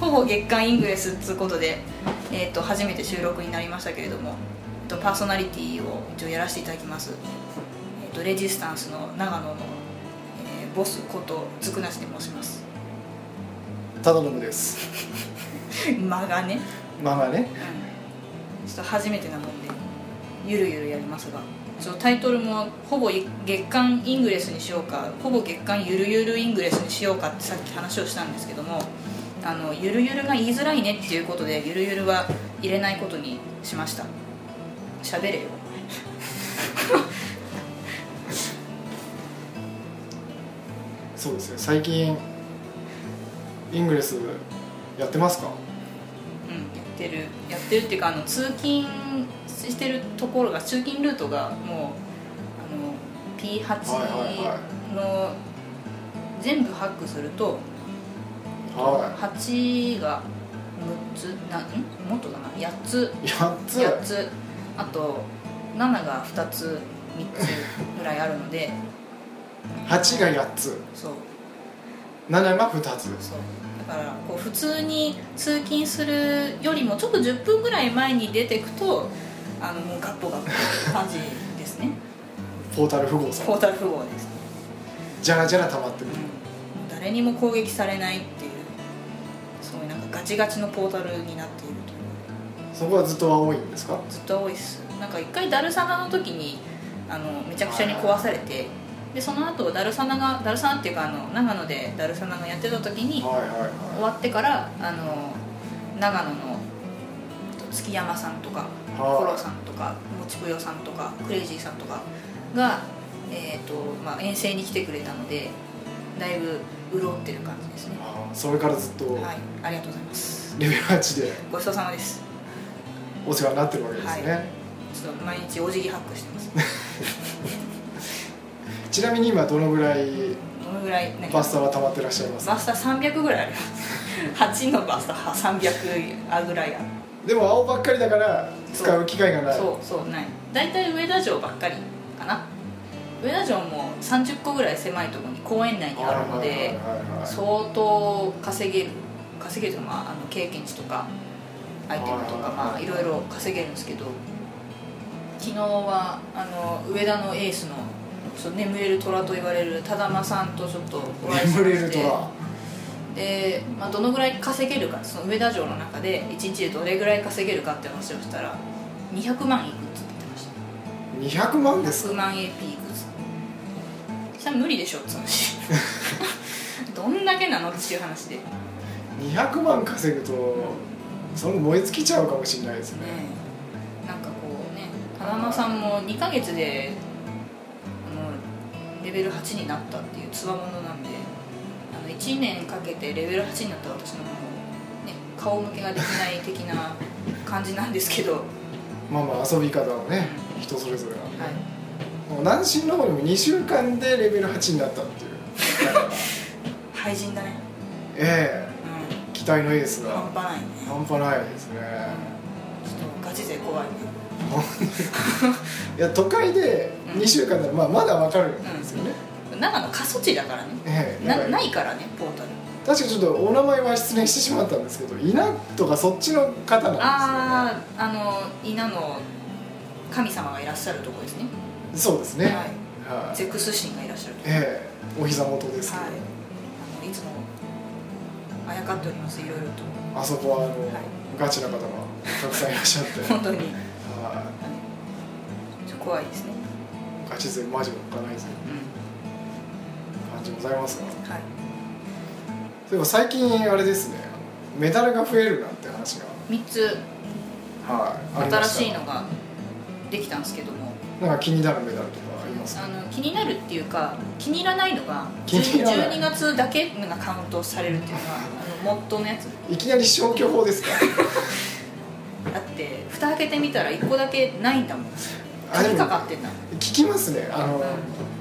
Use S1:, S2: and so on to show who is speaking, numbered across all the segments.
S1: 某月刊イングレスっつうことで、えー、と初めて収録になりましたけれども、えっとパーソナリティを一応やらせていただきます、えっとレジスタンスの長野の、えーボスことずくなしで申します
S2: ただのぶです
S1: 間がね、
S2: まあまあね
S1: うん、ちょっと初めてなもんでゆるゆるやりますがちょタイトルもほぼ月刊イングレスにしようかほぼ月刊ゆるゆるイングレスにしようかってさっき話をしたんですけどもあのゆるゆるが言いづらいねっていうことでゆるゆるは入れないことにしました喋れよ
S2: そうですね最近イングレスやってますか
S1: うんやってるやってるっていうかあの通勤してるところが通勤ルートがもうあの
S2: はいはいは
S1: P8 の全部ハックすると
S2: は
S1: 8が6つなんもっとだな8つ
S2: いやっつ
S1: 8つあと7が2つ3つぐらいあるので
S2: 8が8つ
S1: そう
S2: 7が2つ
S1: そうだからこう普通に通勤するよりもちょっと10分ぐらい前に出てくとあのもうガッポガッポって感じです ね
S2: ポータル富豪さ
S1: ポ
S2: ん
S1: ータル富豪です、ね
S2: じゃらじゃら溜まってる
S1: うん、誰にも攻撃されないっていうそういうなんかガチガチのポータルになっているという
S2: そこはずっと青いんですか
S1: ずっと多いっすなんか一回ダルサナの時にあのめちゃくちゃに壊されてでその後ダルサナがダルサナっていうかあの長野でダルサナがやってた時に
S2: はいはい
S1: 終
S2: は
S1: わってからあの長野のえっと月山さんとか
S2: い
S1: コロさ
S2: は
S1: んとかもちぷよさんとかクレイジーさんとかが、えーとまあ、遠征に来てくれたのでだいぶ潤ってる感じですね
S2: いあーそれからずっと
S1: はいありがとうございます
S2: レベル8で
S1: ごちそうさまです
S2: お世話になってるわけですね、
S1: はちょっと毎日お辞儀ハックしてます
S2: ちなみに今どのぐらい
S1: どのぐらい何
S2: バスタは溜まってらっしゃいますか
S1: バスタ300ぐらいあ ります8のバスタ300あぐらいある
S2: でも青ばっかりだから使う機会がない
S1: そうそうない大体上田城ばっかりかな上田城も30個ぐらい狭いところに公園内にあるの
S2: はいはい
S1: で
S2: はいはい
S1: 相当稼げる稼げるというかまああの経験値とかアイテムとか
S2: はいはいはい
S1: まあいろいろ稼げるんですけど昨日はあの上田のエースのちょっと眠れる虎と言われる多玉さんとちょっとお会いしま
S2: 眠れ
S1: し
S2: る
S1: て
S2: とは
S1: で、まあ、どのぐらい稼げるかその上田城の中で1日でどれぐらい稼げるかって話をしたら200万いくつって言ってました
S2: 200万ですか
S1: 100万 AP いくつそれは無理でしょっつ う話どんだけなのっていう話で、ね
S2: 200万稼ぐとその燃え尽きちゃうかもしれないですね
S1: え、なんかこうね風間さんも2ヶ月であのレベル8になったっていうつわものなんであの1年かけてレベル8になった私のもう、ね、顔向けができない的な感じなんですけど、はい、
S2: まあまあ遊び方はね人それぞれなんで、もう南進の方にも2週間でレベル8になっ たっていう
S1: 廃人だね
S2: ええ
S1: う
S2: 期待のエース
S1: ん半
S2: が
S1: 端ないね
S2: 半端ないですね
S1: ちょっとガチ勢怖いね
S2: いや都会で2週間なら、まあ、まだわかるんですよね、
S1: 長野過疎地だからね
S2: ええ
S1: な
S2: だから
S1: ないからねポータル
S2: 確かちょっとお名前は失念してしまったんですけど稲とかそっちの方なんで
S1: あああの稲の神様がいらっしゃるとこですね
S2: すよねそうですね
S1: はい
S2: はい
S1: ゼクス神がいらっしゃるとこ
S2: ええお膝元ですけど、
S1: はいあのいつもあやかっておりますいろいろと
S2: あそこはあの、
S1: い
S2: ガチな方がたくさんいらっしゃって
S1: 本当に
S2: は
S1: ちょっと怖いですね
S2: いガチ勢マジもかないぜ
S1: う
S2: 感じございますが
S1: んはい
S2: そういえば最近あれですねメダルが増えるなんて話が
S1: 3つ
S2: はいあ
S1: 新
S2: りました
S1: しいのができたんですけども
S2: なんか気になるメダルとかありますか
S1: あの気になるっていうか気に入らないのが
S2: 気に入らない
S1: 12月だけがカウントされるっていうのがあのモットーのやつ
S2: いきなり消去法ですか
S1: だって蓋開けてみたら1個だけないんだもん
S2: あで
S1: 鍵
S2: も
S1: かかってんだもん
S2: 聞きますねあ
S1: う
S2: の、
S1: ん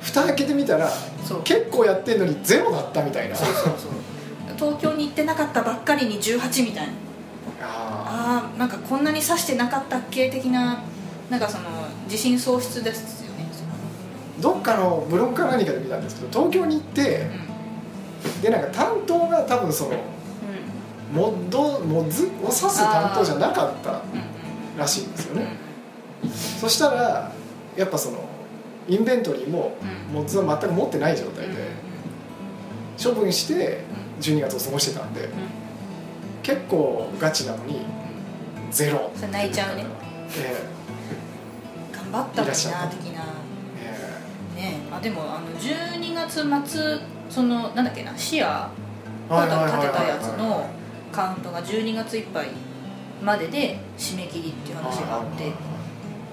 S2: 蓋開けてみたら
S1: そう
S2: 結構やってんのにゼロだったみたいな
S1: そうそう そう東京に行ってなかったばっかりに18みたいな
S2: あ
S1: あーなんかこんなに刺してなかったっけ的ななんかその自信喪失ですよね
S2: ーどっかのブログか何かで見たんですけど東京に行って
S1: うん
S2: でなんか担当が多分その
S1: う
S2: モッドモッズを指す担当じゃなかった
S1: うん
S2: らしいんですよ
S1: うんうん
S2: ねそしたらやっぱそのインベントリーも
S1: うん
S2: モッズは全く持ってない状態
S1: うん
S2: で処分して12月を過ごしてたんで結構ガチなのにゼロ
S1: それ泣いちゃうね
S2: え
S1: 頑張ったもん
S2: いらっしゃ
S1: な
S2: った
S1: 的な
S2: ええ
S1: ねあでもあの12月末そのなんだっけな視野
S2: え
S1: コードを立てたやつ
S2: はいはいはいはい
S1: のカウントが12月いっぱいまでで締め切りっていう話があって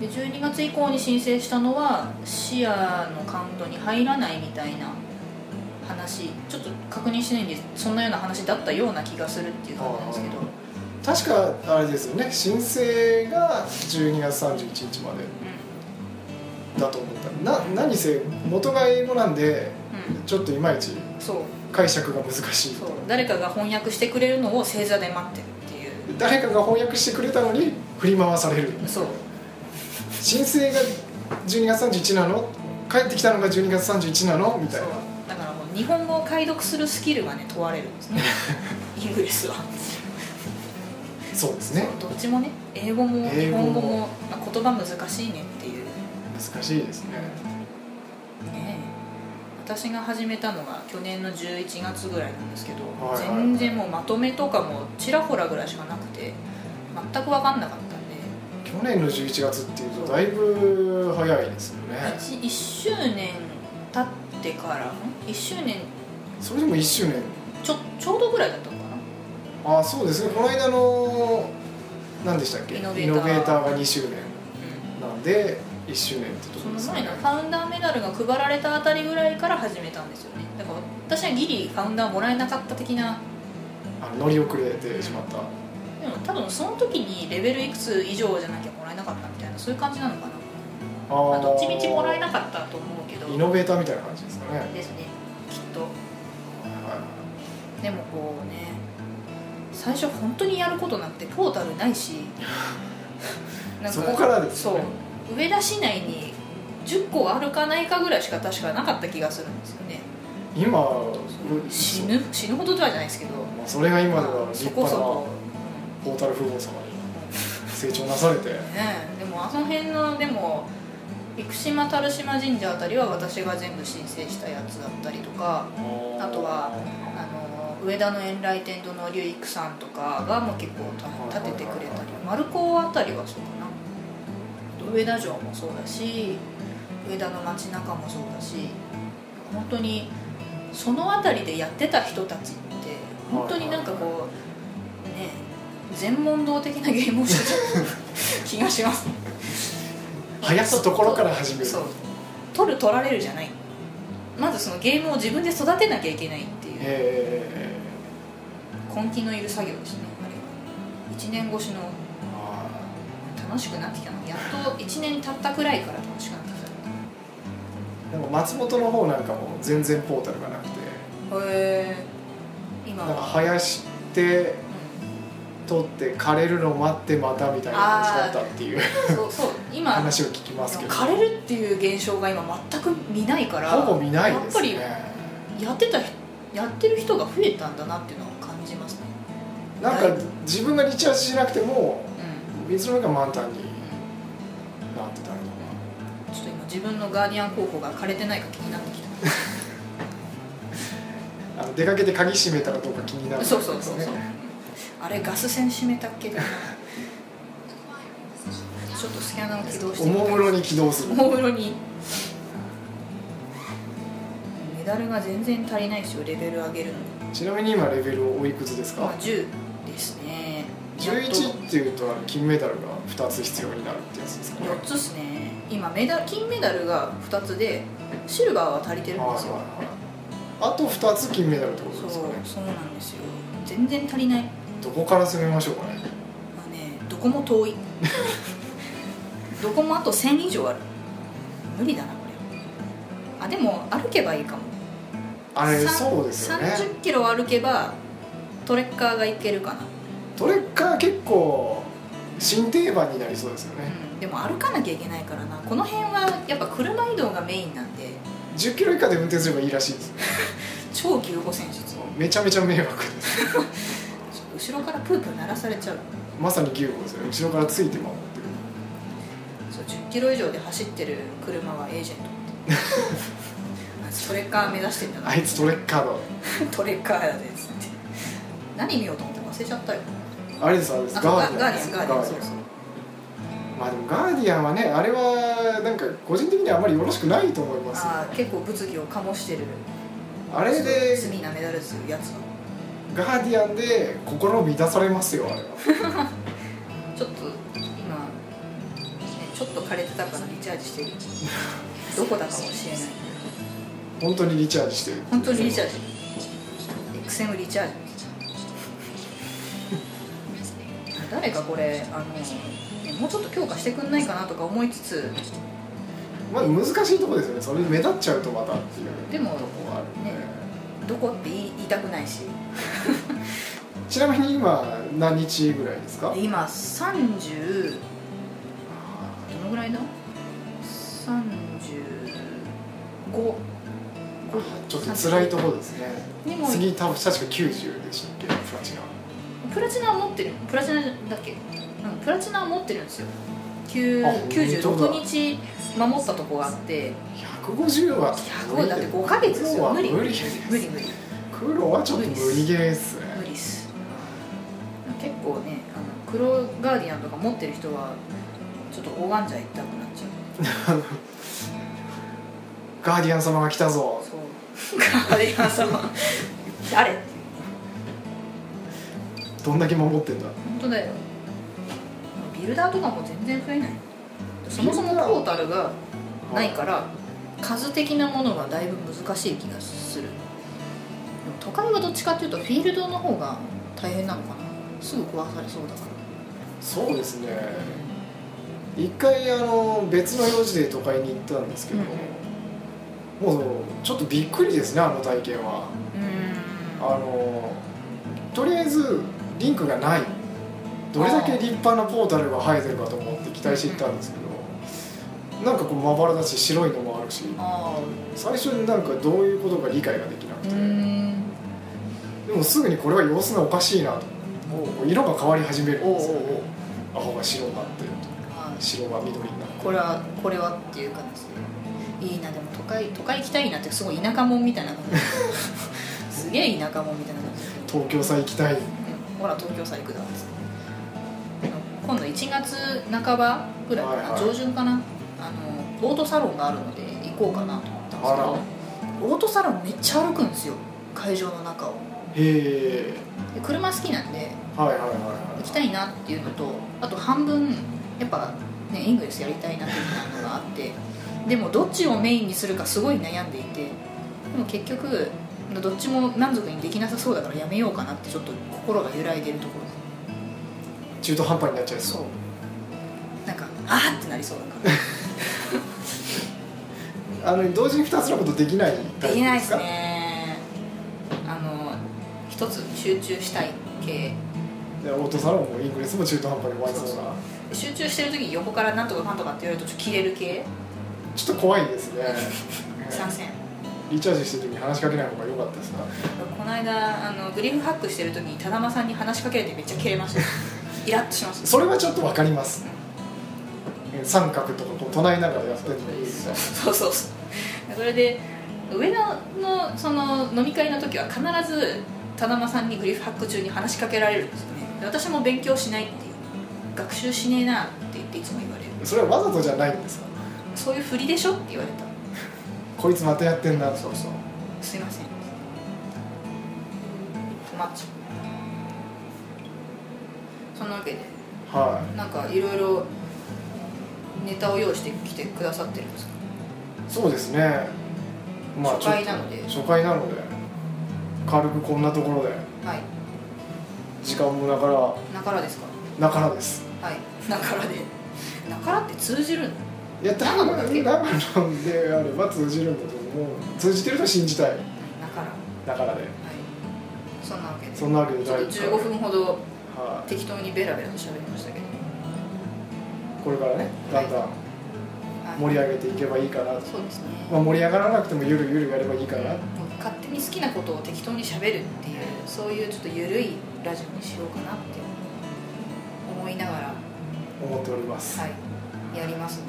S1: で12月以降に申請したのは視野のカウントに入らないみたいな話ちょっと確認してないんでそんなような話だったような気がするっていう感じなんですけど
S2: あー確かあれですよね申請が12月31日までだと思ったな何せ元が英語なんで
S1: うん、う
S2: ちょっといまいち
S1: ん、そう
S2: 解釈が難しい
S1: そう誰かが翻訳してくれるのを正座で待ってるってい
S2: 誰かが翻訳してくれたのに振り回される
S1: うそう
S2: 申請が12月31なの帰ってきたのが12月31なのみた
S1: そ
S2: いうな
S1: だからもう日本語を解読するスキルがね問われるんです ねイングレスは
S2: そうですね
S1: どっちもね英語も
S2: 英
S1: 日
S2: 語も
S1: 本語もまあ言葉難しいねっていう
S2: 難しいですね
S1: ね私が始めたのが去年の11月ぐらいなんですけど、
S2: はいはいはい
S1: 全然もうまとめとかもちらほらぐらいしかなくて全く分かんなかったんで
S2: 去年の11月っていうとだいぶ早いですよね
S1: 1, 周年経ってから1周年
S2: それでも1周年
S1: ちょちょうどぐらいだったのかな
S2: あそうですねこの間の何でしたっけ
S1: イノベーター
S2: が2周年なんで1周年ってと
S1: そ
S2: こ
S1: の
S2: ですよ
S1: 前
S2: ね
S1: のファウンダーメダルが配られたあたりぐらいから始めたんですよねだから私はギリファウンダーもらえなかった的な
S2: あの乗り遅れてしまった
S1: でも多分その時にレベルいくつ以上じゃなきゃもらえなかったみたいなそういう感じなのかなま
S2: あ
S1: あ
S2: ー
S1: どっちみちもらえなかったと思うけど
S2: イノベーターみたいな感じですかね、はい
S1: ですねきっと
S2: は、
S1: でもこうね最初本当にやることなんてトータルないしない
S2: そこからです
S1: そう
S2: よね
S1: 上田市内に10個あるかないかぐらいしか確かなかった気がするんですよね
S2: 今う
S1: 死ぬ死ぬほどとはじゃないですけど
S2: まあそれが今では
S1: まあ
S2: 立
S1: そこ
S2: 派な
S1: そ
S2: ポ
S1: こ
S2: ータル富豪様に成長なされて
S1: ねえでもあの辺のでも生島樽島神社あたりは私が全部申請したやつだったりとかあとはあの上田の遠来天堂の龍育さんとかがもう結構立ててくれたり丸子あたりはそうかなあと上田城もそうだし上田の街中もそうだし本当にその辺りでやってた人たちって本当になんかこうね全問答的なゲームをしてた気がします
S2: 生やすところから始め る
S1: そう取る取られるじゃないまずそのゲームを自分で育てなきゃいけないっていう
S2: え
S1: 根気のいる作業ですねあれは1年越しの
S2: ーあ
S1: 楽しくなってきたのやっと1年経ったくらいから楽しくなってきた
S2: ーなんか松本の方なんかも全然ポータルがなくて
S1: へえ今
S2: なんか
S1: は、
S2: 生やして取って枯れるのを待ってまたみたいな感じだったっていう
S1: うん、そうそう今
S2: 話を聞きますけど
S1: 枯れるっていう現象が今全く見ないから
S2: ほぼ見ないですね
S1: やっぱりやってた人やってる人が増えたんだなっていうのを感じますね、
S2: なんか自分がリチャージしなくても
S1: う
S2: いつの間にか満タンに
S1: ん
S2: なってたりとか
S1: ちょっと今自分のガーディアン候補が枯れてないか気になってきた
S2: あの出かけて鍵閉めたらどうか気になる
S1: そうそうそうそうあれガス栓閉めたっけだなちょっとスキャナーを起動して
S2: お
S1: みたい
S2: もむろに起動す
S1: お
S2: る
S1: もむろにメダルが全然足りないですよレベル上げるのに
S2: ちなみに今レベルをおいくつです
S1: 今
S2: か
S1: 10ですね
S2: 11っていうと金メダルが2つ必要になるってやつですかね
S1: 4つですね今メダル金メダルが2つでシルバーは足りてるんですよ
S2: はいはいはいあと2つ金メダルってこと
S1: そう
S2: ですかね
S1: そうなんですよ全然足りない
S2: どこから攻めましょうかね
S1: まあねどこも 遠いどこもあと1000以上ある無理だなこれあでも歩けばいいかも
S2: あれ
S1: さん
S2: そうですよね
S1: 30キロ歩けばトレッカーが行けるかな、
S2: トレッカー結構新定番になりそうですよね、
S1: うん、でも歩かなきゃいけないからなこの辺はやっぱ車移動がメインなんで
S2: 10キロ以下で運転すればいいらしいです
S1: 超急歩戦術
S2: めちゃめちゃ迷惑です
S1: 後後ろからプープー鳴らされちゃう
S2: まさに牛歩ですよね後ろからついて回ってる
S1: そう10キロ以上で走ってる車はエージェ ントあトレッカー目指してんだな
S2: あいつトレッカーだ
S1: トレッカーやでっつって何見ようと思って忘れちゃったよ
S2: あれですあれです
S1: あ
S2: ガーディアンで
S1: ガ
S2: す
S1: ガーディアンガーディアンそうそう
S2: まあでもガーディアンはねあれはなんか個人的にはあまりよろしくないと思いますよ
S1: あー結構物議を醸してる
S2: あれで
S1: 罪なメダルするやつだ
S2: ガーディアンで心を乱されますよあれは
S1: ちょっと今、ね、ちょっと枯れてたからリチャージしてるどこだかもしれない
S2: 本当にリチャージしてる
S1: 本当にリチャージ XM リチャージ誰かこれあの、ねもうちょっと強化してくんないかなとか思いつつ
S2: まあ難しいとこですよねそれ目立っちゃうとまたっていう
S1: でも
S2: とこはあるんで、
S1: ねどこって言い言いたくないし
S2: ちなみに今何日ぐらいですか
S1: で今30どのぐらいだ35
S2: ちょっと辛いところですね
S1: にも
S2: 次多分確か90でしたっけプラチナ
S1: プラチナは持ってるプラチナだっけうんプラチナは持ってるんですよ9
S2: あ本当だ
S1: 96日守ったとこがあって
S2: 150は無
S1: 100
S2: 理
S1: だって5ヶ月ですよ無理
S2: 無
S1: 無
S2: 理
S1: 理
S2: です
S1: 無理無理
S2: 黒はちょっと無理ゲーです
S1: 無
S2: ね
S1: 理っす結構ねあの黒ガーディアンとか持ってる人はちょっと拝んじゃいたくなっちゃう
S2: ガーディアン様が来たぞ
S1: そう ガーディアン様誰って
S2: どんだけ守ってんだ
S1: 本当だよビルダーとかも全然増えないそもそもポータルがないから数的なものがだいぶ難しい気がするでも都会はどっちかっていうとフィールドの方が大変なのかなすぐ壊されそうだか
S2: そうですね一回あの別の用事で都会に行ったんですけど、もうちょっとびっくりですねあの体験は
S1: ら
S2: あのとりあえずリンクがないどれだけ立派なポータルが生えてるかと思って期待して行ったんですけどなんかこうまばらだし白いのもあるし
S1: ああ
S2: 最初になんかどういうことか理解ができなく
S1: う
S2: て、
S1: ーん
S2: でもすぐにこれは様子がおかしいなとこう色が変わり始めるん
S1: おうお
S2: ですよ、ね、
S1: うおう
S2: 青が白になって
S1: あー
S2: 白が緑になって
S1: これはこれはっていう感じでいいなでも都会都会行きたいなってすごい田舎もんみたいな感 じすげえ田舎もんみたいな感じだけど
S2: 東京さ行きたい
S1: うんほら東京さ行くだっつって今度1月半ばぐらいかな、
S2: はいはい
S1: 上旬かなあのオートサロンがあるので行こうかなと思ったんですけ
S2: あら
S1: どオートサロンめっちゃ歩くんですよ会場の中を
S2: へえ
S1: で車好きなんで
S2: はいはいはい
S1: 行き
S2: は
S1: たいなっていうのとあと半分やっぱねイングレスやりたいなっていうのがあってでもどっちをメインにするかすごい悩んでいてでも結局どっちも満足にできなさそうだからやめようかなってちょっと心が揺らいでるところです
S2: い中途半端になっちゃいそう
S1: そうなんかあーってなりそうだから
S2: あの同時に2つのことできないタイ
S1: で
S2: プ
S1: きない
S2: で
S1: ですす
S2: か
S1: ねあの一つ集中したい系
S2: でオートサロンもイングレスも中途半端に終わりそうな
S1: 集中してる時に横からなんとかかんとかって言われるとちょっとキレる系
S2: ちょっと怖いです ね
S1: 参戦
S2: リチャージしてる時に話しかけない方が良かったですな
S1: この間あのグリフハックしてる時に忠間さんに話しかけられてめっちゃキレましたイラッとしました
S2: それはちょっと分かりますうん三角とかこう唱えながらやってるのに
S1: そうそうそうそれで上野のその飲み会の時は必ず田間さんにグリフハック中に話しかけられるんですよねで私も勉強しないっていう学習しねえなって言っていつも言われる
S2: それはわざとじゃないんですか
S1: そういうふりでしょって言われた
S2: こいつまたやってんなそうそう
S1: すいません困っちゃうそんなわけで
S2: は
S1: なんかいろいろネタを用意してきてくださってるんですか
S2: いそうですねまあ
S1: 初回なので
S2: ちょっと初回なので軽くこんなところで
S1: はい
S2: 時間もなから
S1: なからですか
S2: なからです
S1: はいなからでなからって通じるの
S2: いや多分長野であれば通じるんだと思う通じてると信じたい
S1: なからはい
S2: だからで
S1: そんなわけで
S2: そんなわけで
S1: ちょっと
S2: 第一回
S1: 15分ほど
S2: は
S1: 適当にベラベラと喋りましたけど
S2: いこれからねだんだん
S1: は
S2: 盛り上げていけばいいかなと、
S1: そうですね、
S2: まあ、盛り上がらなくてもゆるゆるやればいいかな
S1: もう勝手に好きなことを適当にしゃべるっていうそういうちょっと緩いラジオにしようかなって思いながら、は
S2: と思っております、
S1: い、やりますん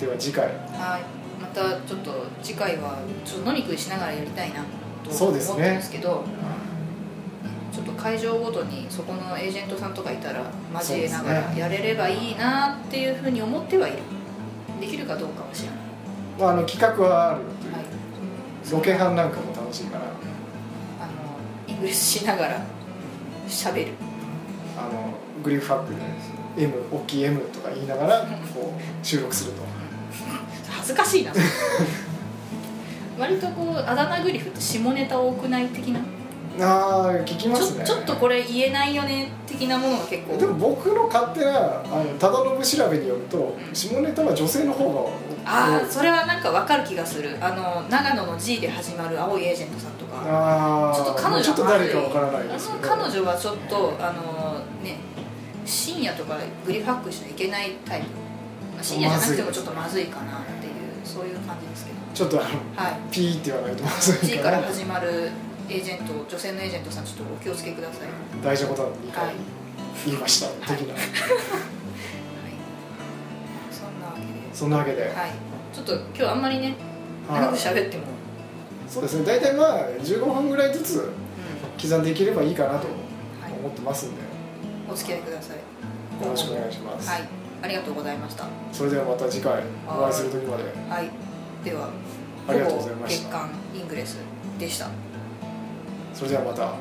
S1: で
S2: では次回
S1: はいまたちょっと次回はちょっと飲み食いしながらやりたいなと
S2: そ
S1: 思
S2: う
S1: っ
S2: ですね
S1: てますけどちょっと会場ごとにそこのエージェントさんとかいたら交えなが
S2: そう
S1: ら
S2: ですね
S1: やれればいいなっていうふうに思ってはいるできるかどうかは知らない、
S2: まあ、あの企画はあるという、
S1: はい、
S2: ロケ班なんかも楽しいから
S1: あのイングレスしながら喋る
S2: あのグリーフハックで M 大きい M とか言いながらこう収録すると
S1: 恥ずか しいな割とこうあだ名グリフって下ネタ多くない的な、
S2: ああ聞きま
S1: ちょ
S2: すね
S1: ちょっとこれ言えないよね的なものが結構
S2: でも僕の勝手なあの忠信調べによると下ネタは女性の方が多い
S1: ああそれはなんかわかる気がするあの長野の G で始まる青いエージェントさんとか
S2: あ
S1: ちょっと彼女
S2: ちょっと誰かわからないですけど
S1: あの彼女はちょっとあのね深夜とかグリファックしちゃいけないタイプまあ深夜じゃなくてもちょっとまずいかなっていうそういう感じですけど
S2: ちょっとあの
S1: はい
S2: ピーって言わないとまず
S1: G
S2: い
S1: か
S2: からら
S1: 始まるエージェント女性のエージェントさんちょっとお気をつけください
S2: 大丈夫だ2
S1: はい、は
S2: 回
S1: い、
S2: 言いました的な
S1: そんなわけで
S2: そんなわけで、
S1: はいちょっと今日あんまりね長く喋っても、
S2: そうですね大体まあ15分ぐらいずつ
S1: う
S2: 刻んでいければいいかなと
S1: んはい、
S2: 思ってますんで、
S1: お付き合いください
S2: よろしくお願いします、
S1: はいありがとうございました
S2: それではまた次回お会いする時まで
S1: はいでは
S2: ありがとうございました
S1: ほぼ月刊イングレスでした
S2: それではまた